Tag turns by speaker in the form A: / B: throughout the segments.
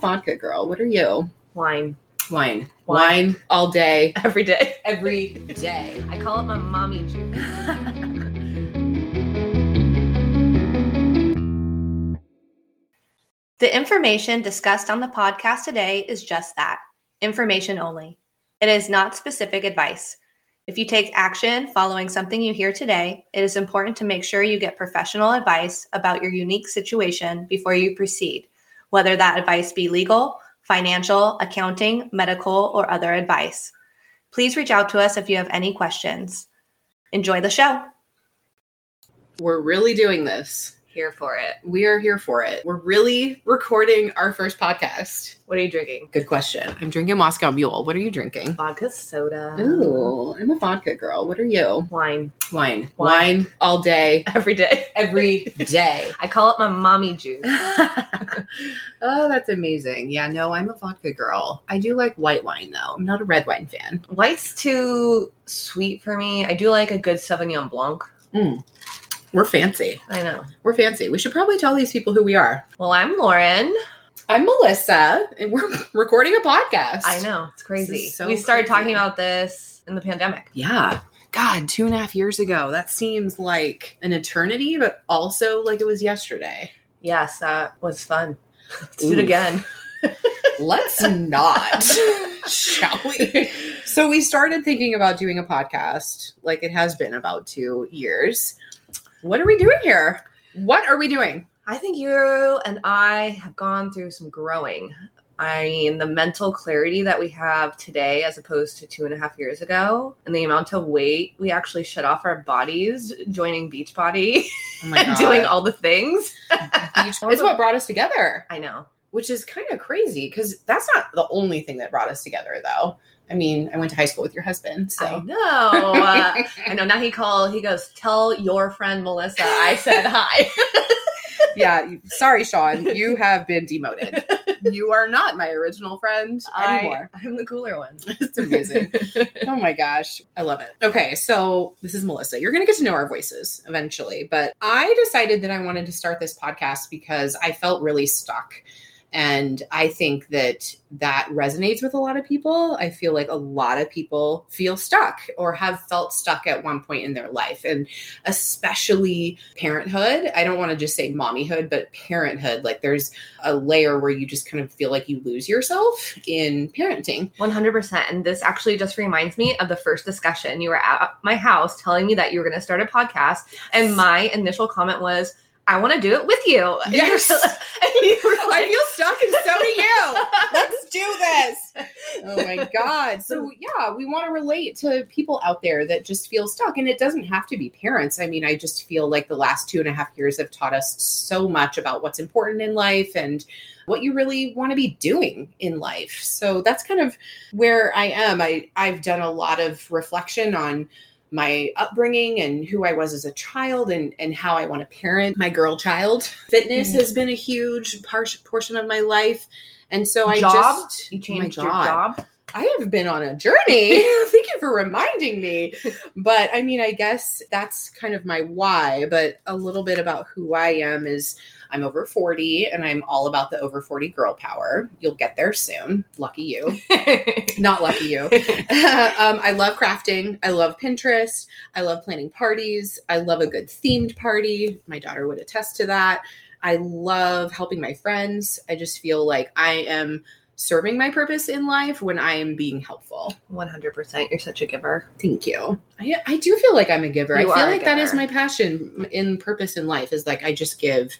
A: vodka girl. What are you?
B: Wine
A: Wine. Wine,
B: Wine.
A: all day,
B: every day.
A: every day.
B: I call it my mommy juice.
C: The information discussed on the podcast today is just that information only. It is not specific advice. If you take action following something you hear today, it is important to make sure you get professional advice about your unique situation before you proceed, whether that advice be legal, financial, accounting, medical, or other advice. Please reach out to us if you have any questions. Enjoy the show.
A: We're really doing this.
B: Here for it.
A: We are here for it. We're really recording our first podcast.
B: What are you drinking?
A: Good question. I'm drinking Moscow Mule. What are you drinking?
B: Vodka soda.
A: Ooh, I'm a vodka girl. What are you?
B: Wine
A: Wine. Wine,
B: Wine.
A: all day,
B: every day.
A: every day.
B: I call it my mommy juice.
A: oh, that's amazing. Yeah, no, I'm a vodka girl. I do like white wine though. I'm not a red wine fan.
B: White's too sweet for me. I do like a good Sauvignon Blanc.
A: We're fancy.
B: I know.
A: We're fancy. We should probably tell these people who we are.
B: Well, I'm Lauren.
A: I'm Melissa, and we're recording a podcast.
B: I know. It's crazy.
A: so
B: we started
A: crazy.
B: talking about this in the pandemic.
A: Yeah. God, two and a half years ago. That seems like an eternity, but also like it was yesterday.
B: Yes, that was fun. Let's do
A: Ooh.
B: it again.
A: Let's not, shall we? So, we started thinking about doing a podcast, like it has been about two years. What are we doing here? What are we doing?
B: I think you and I have gone through some growing. I mean, the mental clarity that we have today as opposed to two and a half years ago, and the amount of weight we actually shut off our bodies joining Beachbody
A: Oh my
B: and doing all the things.
A: It's what brought us together,
B: I know.
A: which is kind of crazy because that's not the only thing that brought us together, though. I mean, I went to high school with your husband,
B: I
A: so.
B: know. Uh, I know. Now he called, he goes, Tell your friend Melissa I said hi.
A: yeah. you- Sorry, Sean. You have been demoted. You are not my original friend
B: I,
A: anymore.
B: I'm the cooler one.
A: It's amazing. oh my gosh. I love it. Okay. So, this is Melissa. You're going to get to know our voices eventually, but I decided that I wanted to start this podcast because I felt really stuck. And I think that that resonates with a lot of people. I feel like a lot of people feel stuck or have felt stuck at one point in their life. And especially parenthood. I don't want to just say mommyhood, but parenthood. Like there's a layer where you just kind of feel like you lose yourself in parenting.
B: 100% and this actually just reminds me of the first discussion you were at my house telling me that you were going to start a podcast and my initial comment was i want to do it with you And you were
A: Yes.
B: like- and you were
A: I
B: like-
A: feel stuck, and so do you. Let's do this. Oh my God. So, yeah, we want to relate to people out there that just feel stuck. And it doesn't have to be parents. I mean, I just feel like the last two and a half years have taught us so much about what's important in life and what you really want to be doing in life. So, that's kind of where I am. I, I've done a lot of reflection on my upbringing and who I was as a child and and how I want to parent my girl child.
B: Mm.
A: Fitness has been a huge par- portion of my life, and so I
B: Job?
A: just
B: you
A: Oh my
B: changed your
A: God.
B: job
A: I have been on a journey. Thank you for reminding me. But I mean, I guess that's kind of my why. But a little bit about who I am is I'm over 40 and I'm all about the over 40 girl power. You'll get there soon. Lucky you. Not lucky you. um, I love crafting. I love Pinterest. I love planning parties. I love a good themed party. My daughter would attest to that. I love helping my friends. I just feel like I am serving my purpose in life when I am being helpful.
B: 100% you're such a giver
A: Thank you. I, I do feel like I'm a giver.
B: You
A: I feel
B: are a
A: like that is
B: giver.
A: my passion in purpose in life is like I just give.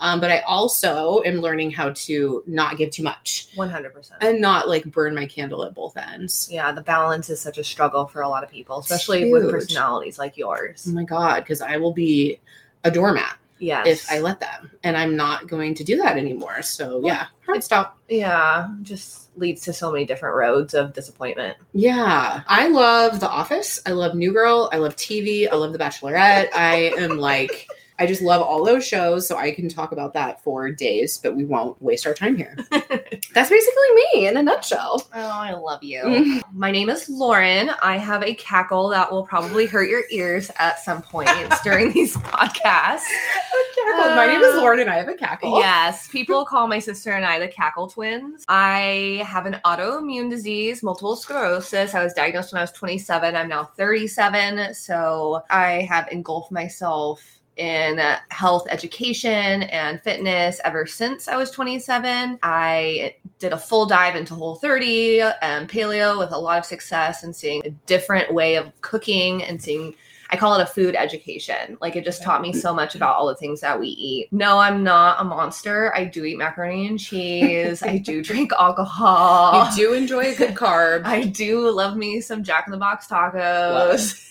A: Um, but I also am learning how to not give too much
B: 100%
A: and not like burn my candle at both ends.
B: yeah the balance is such a struggle for a lot of people
A: It's
B: especially with
A: huge.
B: personalities like yours
A: Oh my God, because I will be a doormat.
B: yes
A: if I let them. And I'm not going to do that anymore. So yeah, hard stop.
B: yeah just leads to so many different roads of disappointment
A: Yeah. I love The Office. I love New Girl. I love TV. I love The Bachelorette. I am like, I just love all those shows. So I can talk about that for days, but we won't waste our time here. That's basically me in a nutshell.
B: oh i love you My name is Lauren. I have a cackle that will probably hurt your ears at some point during these podcasts.
A: cackled. Uh, My name is Lauren and I have a cackle.
B: Yes, people call my sister and I the cackle twins. I have an autoimmune disease, multiple sclerosis. I was diagnosed when I was 27. I'm now 37. So I have engulfed myself in health education and fitness ever since I was 27. I did a full dive into Whole 30 and paleo with a lot of success and seeing a different way of cooking and seeing I call it a food education. Like it just taught me so much about all the things that we eat. No, I'm not a monster. I do eat macaroni and cheese. I do drink alcohol.
A: You do enjoy a good carb.
B: I do love me some Jack in the Box tacos.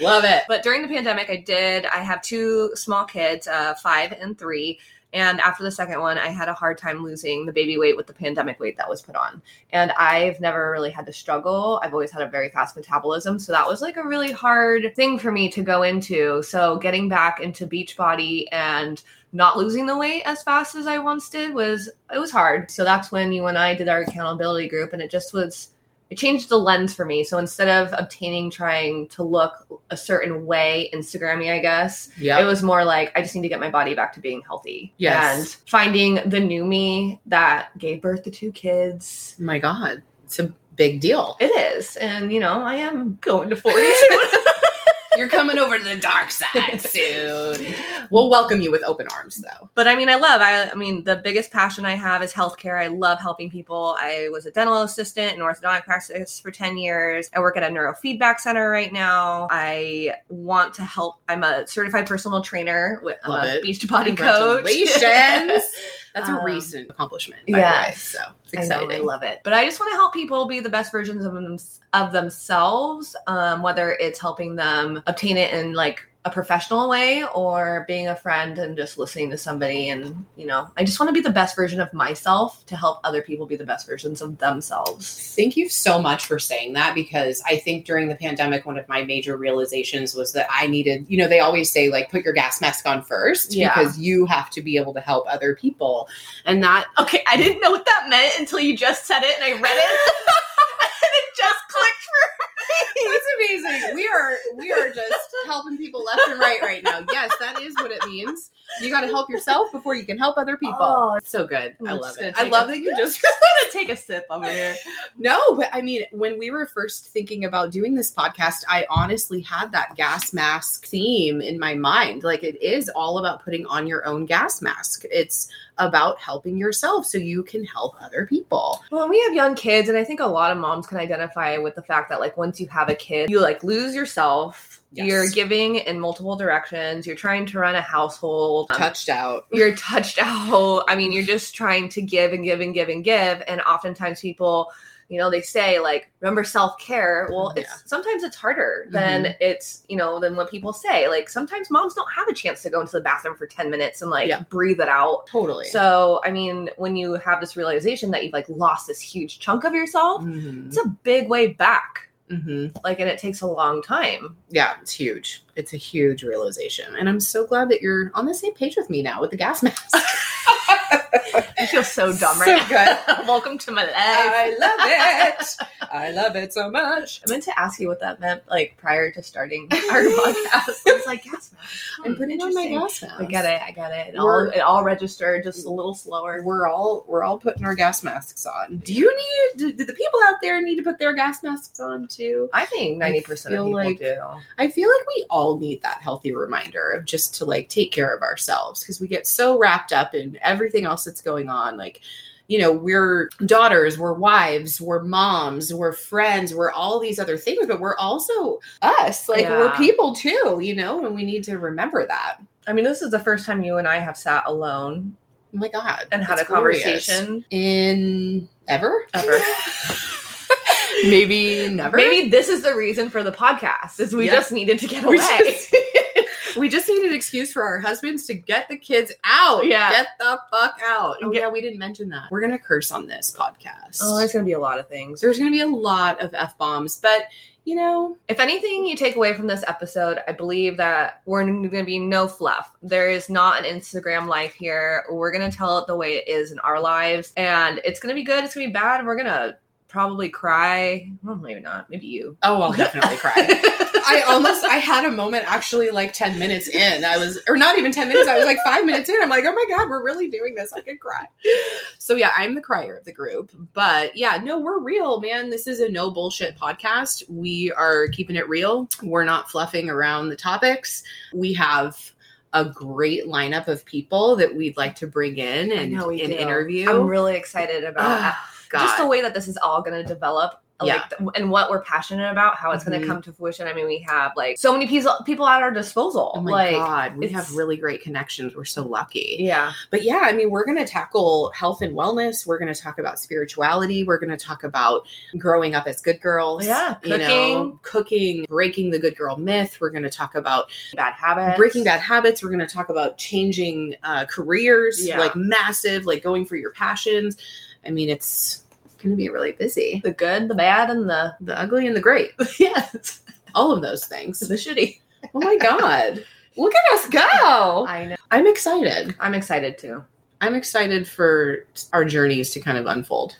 A: Love it.
B: but during the pandemic, I did. I have two small kids, uh, five and three. And after the second one, I had a hard time losing the baby weight with the pandemic weight that was put on. And I've never really had to struggle. I've always had a very fast metabolism. So that was like a really hard thing for me to go into. So getting back into Beachbody and not losing the weight as fast as I once did was it was hard. So that's when you and I did our accountability group and it just was it changed the lens for me. So instead of obtaining trying to look a certain way, Instagrammy, I guess,
A: Yeah.
B: it was more like I just need to get my body back to being healthy.
A: Yes.
B: And finding the new me that gave birth to two kids.
A: Oh my God. It's a big deal.
B: It is. And you know, I am going to 40 soon.
A: You're coming over to the dark side soon. We'll welcome you with open arms, though.
B: but I mean, I love. I, I mean, the biggest passion I have is healthcare. I love helping people. I was a dental assistant in orthodontic practice for ten years. I work at a neurofeedback center right now. I want to help. I'm a certified personal trainer. With, I'm
A: Love
B: a
A: it.
B: beach body coach.
A: Congratulations. That's a
B: Um,
A: recent accomplishment, by the way.
B: yes.
A: So it's
B: I know,
A: exciting.
B: I love it. But I just want to help people be the best versions of, them, of themselves, um, whether it's helping them obtain it in like a professional way or being a friend and just listening to somebody. And, you know, I just want to be the best version of myself to help other people be the best versions of themselves.
A: Thank you so much for saying that because I think during the pandemic, one of my major realizations was that I needed, you know, they always say, like, put your gas mask on first
B: Yeah.
A: because you have to be able to help other people. And that,
B: Okay, I didn't know what that meant until you just said it and I read it. and it just clicked
A: that's amazing. We are, we are just helping people left and right right now. Yes, that is what it means. You got to help yourself before you can help other people.
B: Oh.
A: so good. I
B: I'm
A: love
B: just
A: it.
B: gonna
A: I
B: take
A: love
B: a-
A: that you just
B: I'm gonna take a sip over here.
A: No, but I mean, when we were first thinking about doing this podcast, I honestly had that gas mask theme in my mind. Like, it is all about putting on your own gas mask, it's about helping yourself so you can help other people.
B: Well, we have young kids, and I think a lot of moms can identify with the fact that, like, once you have a kid, you like lose yourself.
A: Yes.
B: You're giving in multiple directions. You're trying to run a household. Um,
A: Touched out.
B: you're touched out. I mean, you're just trying to give and give and give and give. And oftentimes people, you know, they say like, remember self care. Well, it's sometimes it's harder than
A: Mm-hmm.
B: it's, you know, than what people say. Like sometimes moms don't have a chance to go into the bathroom for 10 minutes and like
A: Yeah.
B: breathe it out.
A: Totally.
B: So, I mean, when you have this realization that you've like lost this huge chunk of yourself,
A: Mhm.
B: it's a big way back.
A: Mhm.
B: Like, and it takes a long time.
A: yeah, it's huge. It's a huge realization. And I'm so glad that you're on the same page with me now with the gas mask.
B: I feel so dumb
A: So Uh,
B: right now. Welcome to my life.
A: love it. I love it so much.
B: I meant to ask you what that meant, like prior to starting our podcast. I was like, yes,
A: I'm putting on Oh my
B: interesting.
A: gas mask.
B: I get it. I get it. It all,
A: We're-
B: it all registered just a little slower.
A: we're all we're all putting our gas masks on. Do you need? Do, do the people out there need to put their gas masks on too?
B: I think
A: I
B: ninety percent of
A: feel
B: people
A: like-
B: do.
A: I feel like we all need that healthy reminder of just to like take care of ourselves because we get so wrapped up in everything else that's going on. Like, you know, we're daughters, we're wives, we're moms, we're friends, we're all these other things, but we're also us. Like we're
B: Yeah.
A: people too, you know, and we need to remember that.
B: I mean, this is the first time you and I have sat alone
A: Oh my God.
B: and had
A: that's
B: a
A: glorious.
B: conversation
A: in ever?
B: ever.
A: Maybe never.
B: Maybe this is the reason for the podcast. Is we
A: Yeah.
B: just needed to get away.
A: We just, we just need an excuse for our husbands to get the kids out.
B: Yeah.
A: Get the fuck out. Oh,
B: Get-
A: yeah, we didn't mention that. We're going to curse on this podcast.
B: oh, there's gonna be a lot of things.
A: There's going to be a lot of F bombs, but you know,
B: If anything you take away from this episode, I believe that we're going to be no fluff. There is not an Instagram life here. We're going to tell it the way it is in our lives, and it's going to be good. It's going to be bad. We're going to probably cry. Well, maybe not. Maybe you.
A: Oh, I'll definitely cry. I almost I had a moment actually like 10 minutes in. I was or not even 10 minutes, I was like 5 minutes in. I'm like, "Oh my god, we're really doing this. I could cry." So yeah, I'm the crier of the group. But yeah, no, we're real, man. This is a no bullshit podcast. We are keeping it real. We're not fluffing around the topics. We have a great lineup of people that we'd like to bring in and,
B: know we
A: and
B: do.
A: interview.
B: I'm really excited about
A: Ah, God.
B: just the way that this is all going to develop like
A: Yeah.
B: th- and what we're passionate about how it's going
A: Mhm.
B: to come to fruition i mean we have like so many people people at our disposal
A: Oh my
B: like
A: God, we have
B: it's-
A: really great connections. We're so lucky.
B: yeah
A: But yeah, I mean, we're going to tackle health and wellness. We're going to talk about spirituality. We're going to talk about growing up as good girls.
B: Yeah,
A: You know, cooking, breaking the good girl myth. We're going to talk about
B: bad habits
A: breaking bad habits. We're going to talk about changing uh, careers,
B: Yeah.
A: like massive, like going for your passions. I mean, it's going to be really busy.
B: the good the bad and the
A: The ugly and the great.
B: yes
A: All of those things.
B: the shitty
A: Oh my God. Look at us go.
B: i know
A: I'm excited.
B: i'm excited too
A: I'm excited for our journeys to kind of unfold.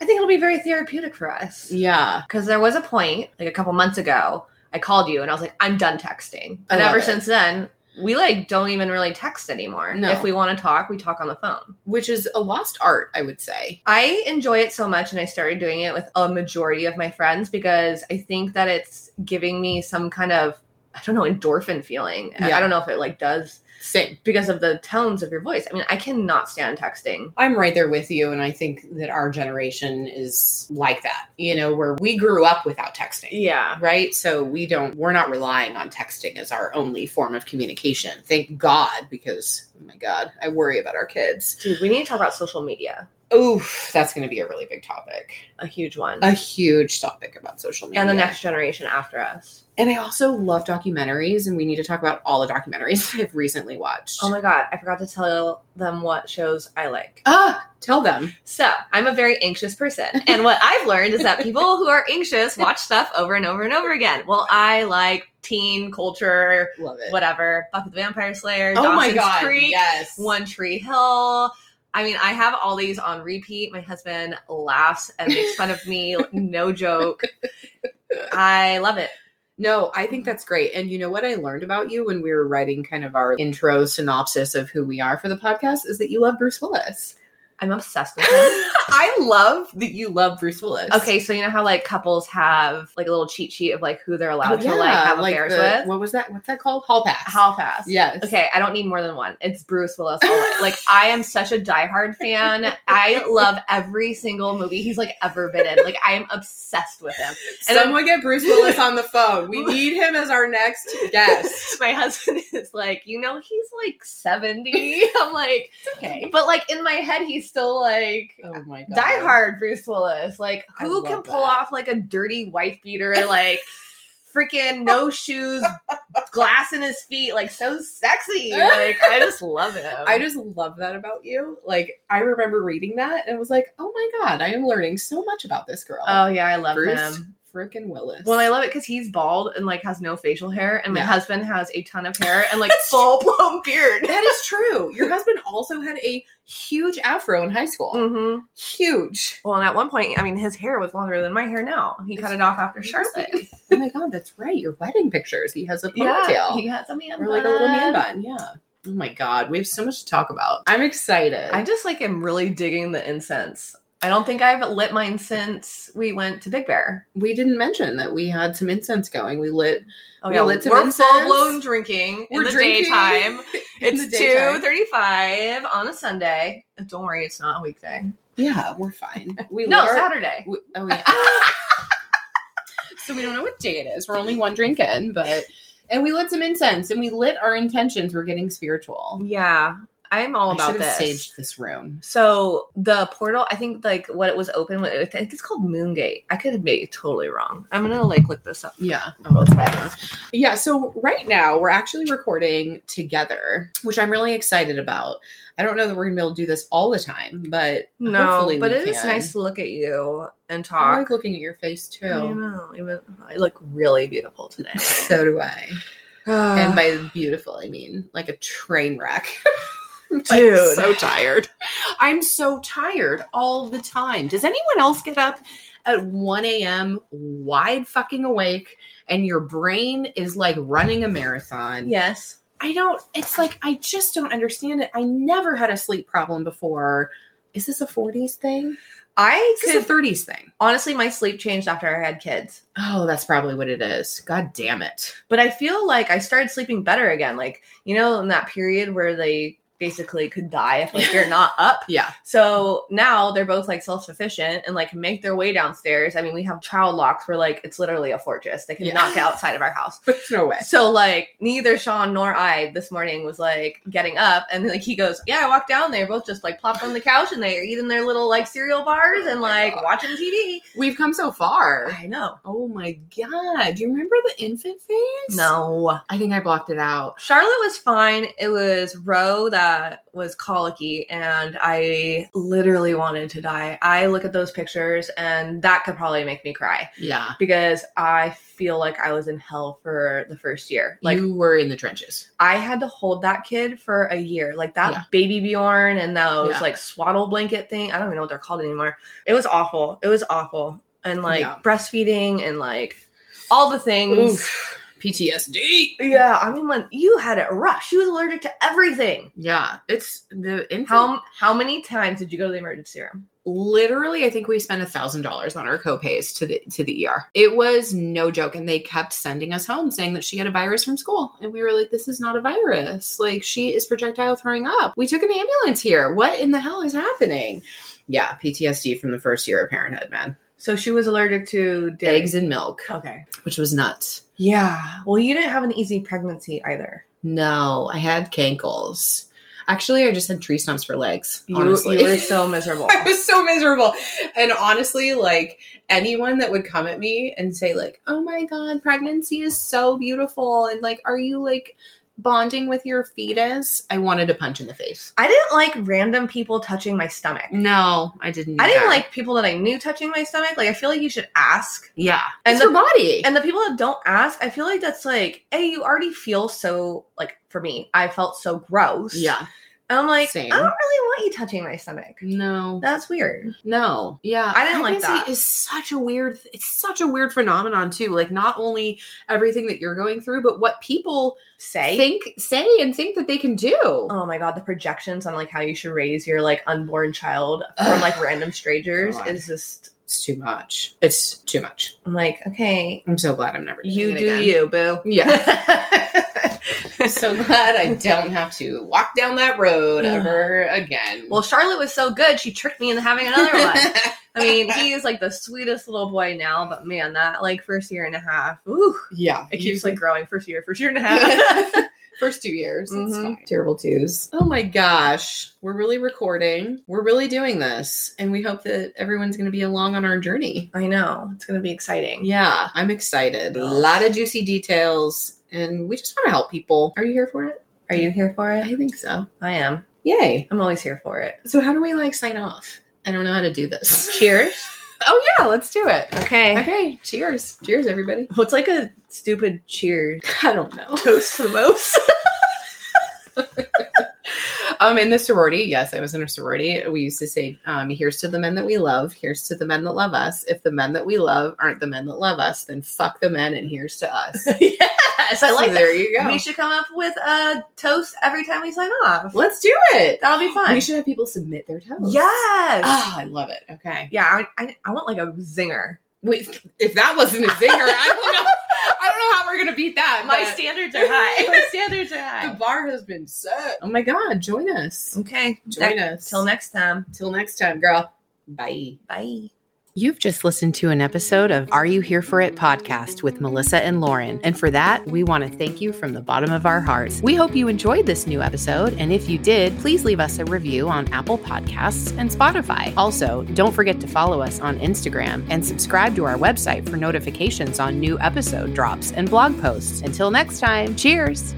B: i think it'll be very therapeutic for us
A: Yeah.
B: because there was a point like a couple months ago i called you and i was like i'm done texting
A: I love
B: and ever
A: it.
B: since then we like don't even really text anymore
A: No.
B: if we want to talk we talk on the phone
A: which is a lost art, I would say.
B: I enjoy it so much, and I started doing it with a majority of my friends because I think that it's giving me some kind of I don't know endorphin feeling. I-
A: Yeah.
B: I don't know if it like does
A: Same.
B: because of the tones of your voice. I mean, I cannot stand texting.
A: I'm right there with you. And I think that our generation is like that, you know, where we grew up without texting.
B: Yeah,
A: Right. So we don't, we're not relying on texting as our only form of communication. Thank God, because, oh my God, I worry about our kids.
B: dude, we need to talk about social media,
A: Oof, that's going to be a really big topic,
B: a huge one,
A: a huge topic about social media.
B: and the next generation after us.
A: And I also love documentaries, and we need to talk about all the documentaries I've recently watched.
B: Oh my god, I forgot to tell them what shows I like.
A: ah, tell them.
B: So, I'm a very anxious person. And what I've learned is that people who are anxious watch stuff over and over and over again. Well, I like teen culture,
A: Love it.
B: whatever, Buffy the Vampire Slayer,
A: oh my
B: Dawson's
A: God.
B: Creek,
A: yes.
B: One Tree Hill. I mean, I have all these on repeat. My husband laughs and makes fun of me, no joke. I love it.
A: No, I think that's great. And you know what I learned about you when we were writing kind of our intro synopsis of who we are for the podcast is that you love Bruce Willis.
B: I'm obsessed with it.
A: I love that you love Bruce Willis.
B: Okay, so you know how like couples have like a little cheat sheet of like who they're
A: Oh,
B: allowed
A: yeah,
B: to like have
A: like
B: affairs
A: the-
B: with?
A: What was that? What's that called? Hall pass.
B: How fast?
A: Yes.
B: Okay, I don't need more than one. It's Bruce Willis. all the way. like I am such a diehard fan. I love every single movie he's like ever been in. Like I am obsessed with him. And
A: Someone get Bruce Willis on the phone. We need him as our next guest.
B: My husband is like, you know, he's like seventy. I'm like,
A: Okay.
B: but like in my head, he's still like.
A: Oh my god.
B: Die Hard Bruce Willis. Like,
A: I
B: who
A: love
B: can pull
A: that.
B: off like a dirty wife beater, like freaking no shoes, glass in his feet, like so sexy. Like, I just love him.
A: I just love that about you. Like I remember reading that and was like, "Oh my god, I am learning so much about this girl."
B: oh yeah, I love
A: Bruce
B: him.
A: freaking Willis.
B: Well, I love it because he's bald and like has no facial hair, and my
A: Yeah.
B: husband has a ton of hair and like full blown beard.
A: That is true. Your husband also had a huge afro in high school.
B: Mm-hmm.
A: Huge.
B: Well, and at one point, I mean, his hair was longer than my hair now. He cut it off after Charlotte.
A: Oh my god, that's right. Your wedding pictures. He has a
B: Yeah,
A: ponytail.
B: he has a man
A: or like a little man bun.
B: bun.
A: Yeah. Oh my god, we have so much to talk about. I'm excited.
B: I just like am really digging the incense. I don't think I've lit mine since we went to Big Bear.
A: we didn't mention that we had some incense going. We lit
B: Oh
A: We
B: yeah,
A: lit some
B: we're
A: incense.
B: full blown drinking in the daytime.
A: in
B: It's
A: the daytime.
B: two thirty five on a Sunday. Don't worry, it's not a weekday.
A: Yeah, we're fine. We
B: No,
A: lit our-
B: Saturday.
A: we- oh yeah. so we don't know what day it is. We're only one drink in, but and we lit some incense and we lit our intentions. We're getting spiritual.
B: Yeah, I'm all
A: I
B: about
A: should
B: this.
A: have staged this room.
B: So the portal, I think like what it was open with, I think it's called Moongate. I could be totally wrong. I'm gonna like look this up.
A: Yeah.
B: Oh, it's fine.
A: Yeah. So right now we're actually recording together, which I'm really excited about. I don't know that we're gonna be able to do this all the time, but
B: No,
A: Hopefully
B: but
A: we
B: it is
A: can.
B: nice to look at you and
A: I
B: talk.
A: like looking at your face
B: I
A: too.
B: know. It was- I look really beautiful today.
A: So do I.
B: and
A: And by beautiful, I mean like a train wreck. like,
B: Dude.
A: so tired. I'm so tired all the time. Does anyone else get up at 1 a.m. wide fucking awake and your brain is like running a marathon?
B: Yes.
A: I don't, it's like, I just don't understand it. I never had a sleep problem before. Is this a 40s thing?
B: I
A: Is
B: could
A: this a 30s thing?
B: honestly my sleep changed after I had kids.
A: Oh, that's probably what it is. God damn it.
B: But I feel like I started sleeping better again. Like, you know, in that period where they basically could die if like you're not up.
A: Yeah.
B: So now they're both like self-sufficient and like make their way downstairs. I mean, we have child locks where like it's literally a fortress. They can
A: Yeah.
B: knock outside of our house.
A: But no way.
B: So like neither Sean nor I this morning was like getting up and like he goes, Yeah, I walked down, they both just like plopped on the couch and they are eating their little like cereal bars and like watching TV.
A: We've come so far.
B: Oh I know.
A: Oh my God. Do you remember the infant phase?
B: No.
A: I think I blocked it out.
B: Charlotte was fine. It was Roe that was colicky, and I literally wanted to die. I look at those pictures, and that could probably make me cry
A: Yeah.
B: because I feel like I was in hell for the first year. Like,
A: you were in the trenches.
B: I had to hold that kid for a year. Like, that
A: Yeah.
B: baby Bjorn and those
A: Yeah.
B: like swaddle blanket thing. I don't even know what they're called anymore. It was awful. It was awful. And like
A: Yeah.
B: breastfeeding and like all the things.
A: Oof. PTSD.
B: Yeah, I mean, when you had it rough, she was allergic to everything.
A: Yeah. It's the infant.
B: How how many times did you go to the emergency room?
A: literally i think we spent a thousand dollars on our copays to the to the er it was no joke and they kept sending us home saying that she had a virus from school and we were like this is not a virus like she is projectile throwing up we took an ambulance here what in the hell is happening yeah ptsd from the first year of parenthood man
B: So she was allergic to dairy.
A: eggs and milk
B: Okay.
A: which was nuts
B: Yeah. Well, you didn't have an easy pregnancy either.
A: no i had cankles actually i just had tree stumps for legs
B: You,
A: honestly
B: you were so miserable.
A: I was so miserable. And honestly, like anyone that would come at me and say, like, oh my God, pregnancy is so beautiful. And like, are you like bonding with your fetus? I wanted to punch in the face.
B: I didn't like random people touching my stomach.
A: No, I didn't.
B: I didn't
A: either.
B: like people that I knew touching my stomach. Like I feel like you should ask.
A: yeah.
B: And
A: it's
B: the-
A: your body.
B: And the people that don't ask, I feel like that's like, hey, you already feel so like for me, I felt so gross.
A: yeah.
B: And I'm like,
A: Same.
B: I don't really want you touching my stomach.
A: No.
B: That's weird.
A: No. Yeah.
B: I didn't like
A: pregnancy
B: that.
A: Is such a weird it's such a weird phenomenon too. Like not only everything that you're going through, but what people
B: Say
A: think say and think that they can do.
B: oh my god the projections on like how you should raise your like unborn child from like random strangers
A: God.
B: is just
A: It's too much. It's too much.
B: i'm like okay
A: I'm so glad I'm never. doing
B: you
A: it
B: do
A: again.
B: you boo
A: Yeah. I'm so glad I don't have to walk down that road ever again.
B: well charlotte was so good she tricked me into having another one i mean he is like the sweetest little boy now but man that like first year and a half ooh
A: yeah,
B: it keeps like growing first year first year and a half
A: like first two years. It's
B: Mhm.
A: fine. Terrible twos. Mm-hmm. Oh my gosh, we're really recording. We're really doing this, and we hope that everyone's going to be along on our journey.
B: i know it's gonna be exciting
A: Yeah, I'm excited. A lot of juicy details, and we just want to help people. Are you here for it?
B: are you here for it
A: I think so.
B: i am
A: Yay!
B: i'm always here for it
A: So how do we like sign off? I don't know how to do this.
B: cheers
A: Oh yeah, let's do it.
B: okay
A: Okay, cheers. Cheers, everybody.
B: what's like a stupid cheers
A: I don't know.
B: toast to the most
A: Um, in the sorority, yes, I was in a sorority. We used to say, um, here's to the men that we love, here's to the men that love us. If the men that we love aren't the men that love us, then fuck the men and here's to us.
B: yes, I
A: So
B: like that.
A: there you go.
B: We should come up with a toast every time we sign off.
A: Let's do it.
B: That'll be fun.
A: We should have people submit their toes.
B: Yes.
A: Ah, I love it. Okay.
B: yeah, I, I, I want like a zinger.
A: Wait, if that wasn't a zinger, I don't know. I don't know how we're gonna beat that.
B: My
A: but
B: standards are high. My standards are high.
A: the bar has been set. Oh my god, join us.
B: Okay.
A: Join us.
B: Till next time.
A: Till next time, girl. Bye.
B: Bye.
D: You've just listened to an episode of Are You Here For It podcast with Melissa and Lauren. And for that, we want to thank you from the bottom of our hearts. We hope you enjoyed this new episode. And if you did, please leave us a review on Apple Podcasts and Spotify. Also, don't forget to follow us on Instagram and subscribe to our website for notifications on new episode drops and blog posts. Until next time, cheers.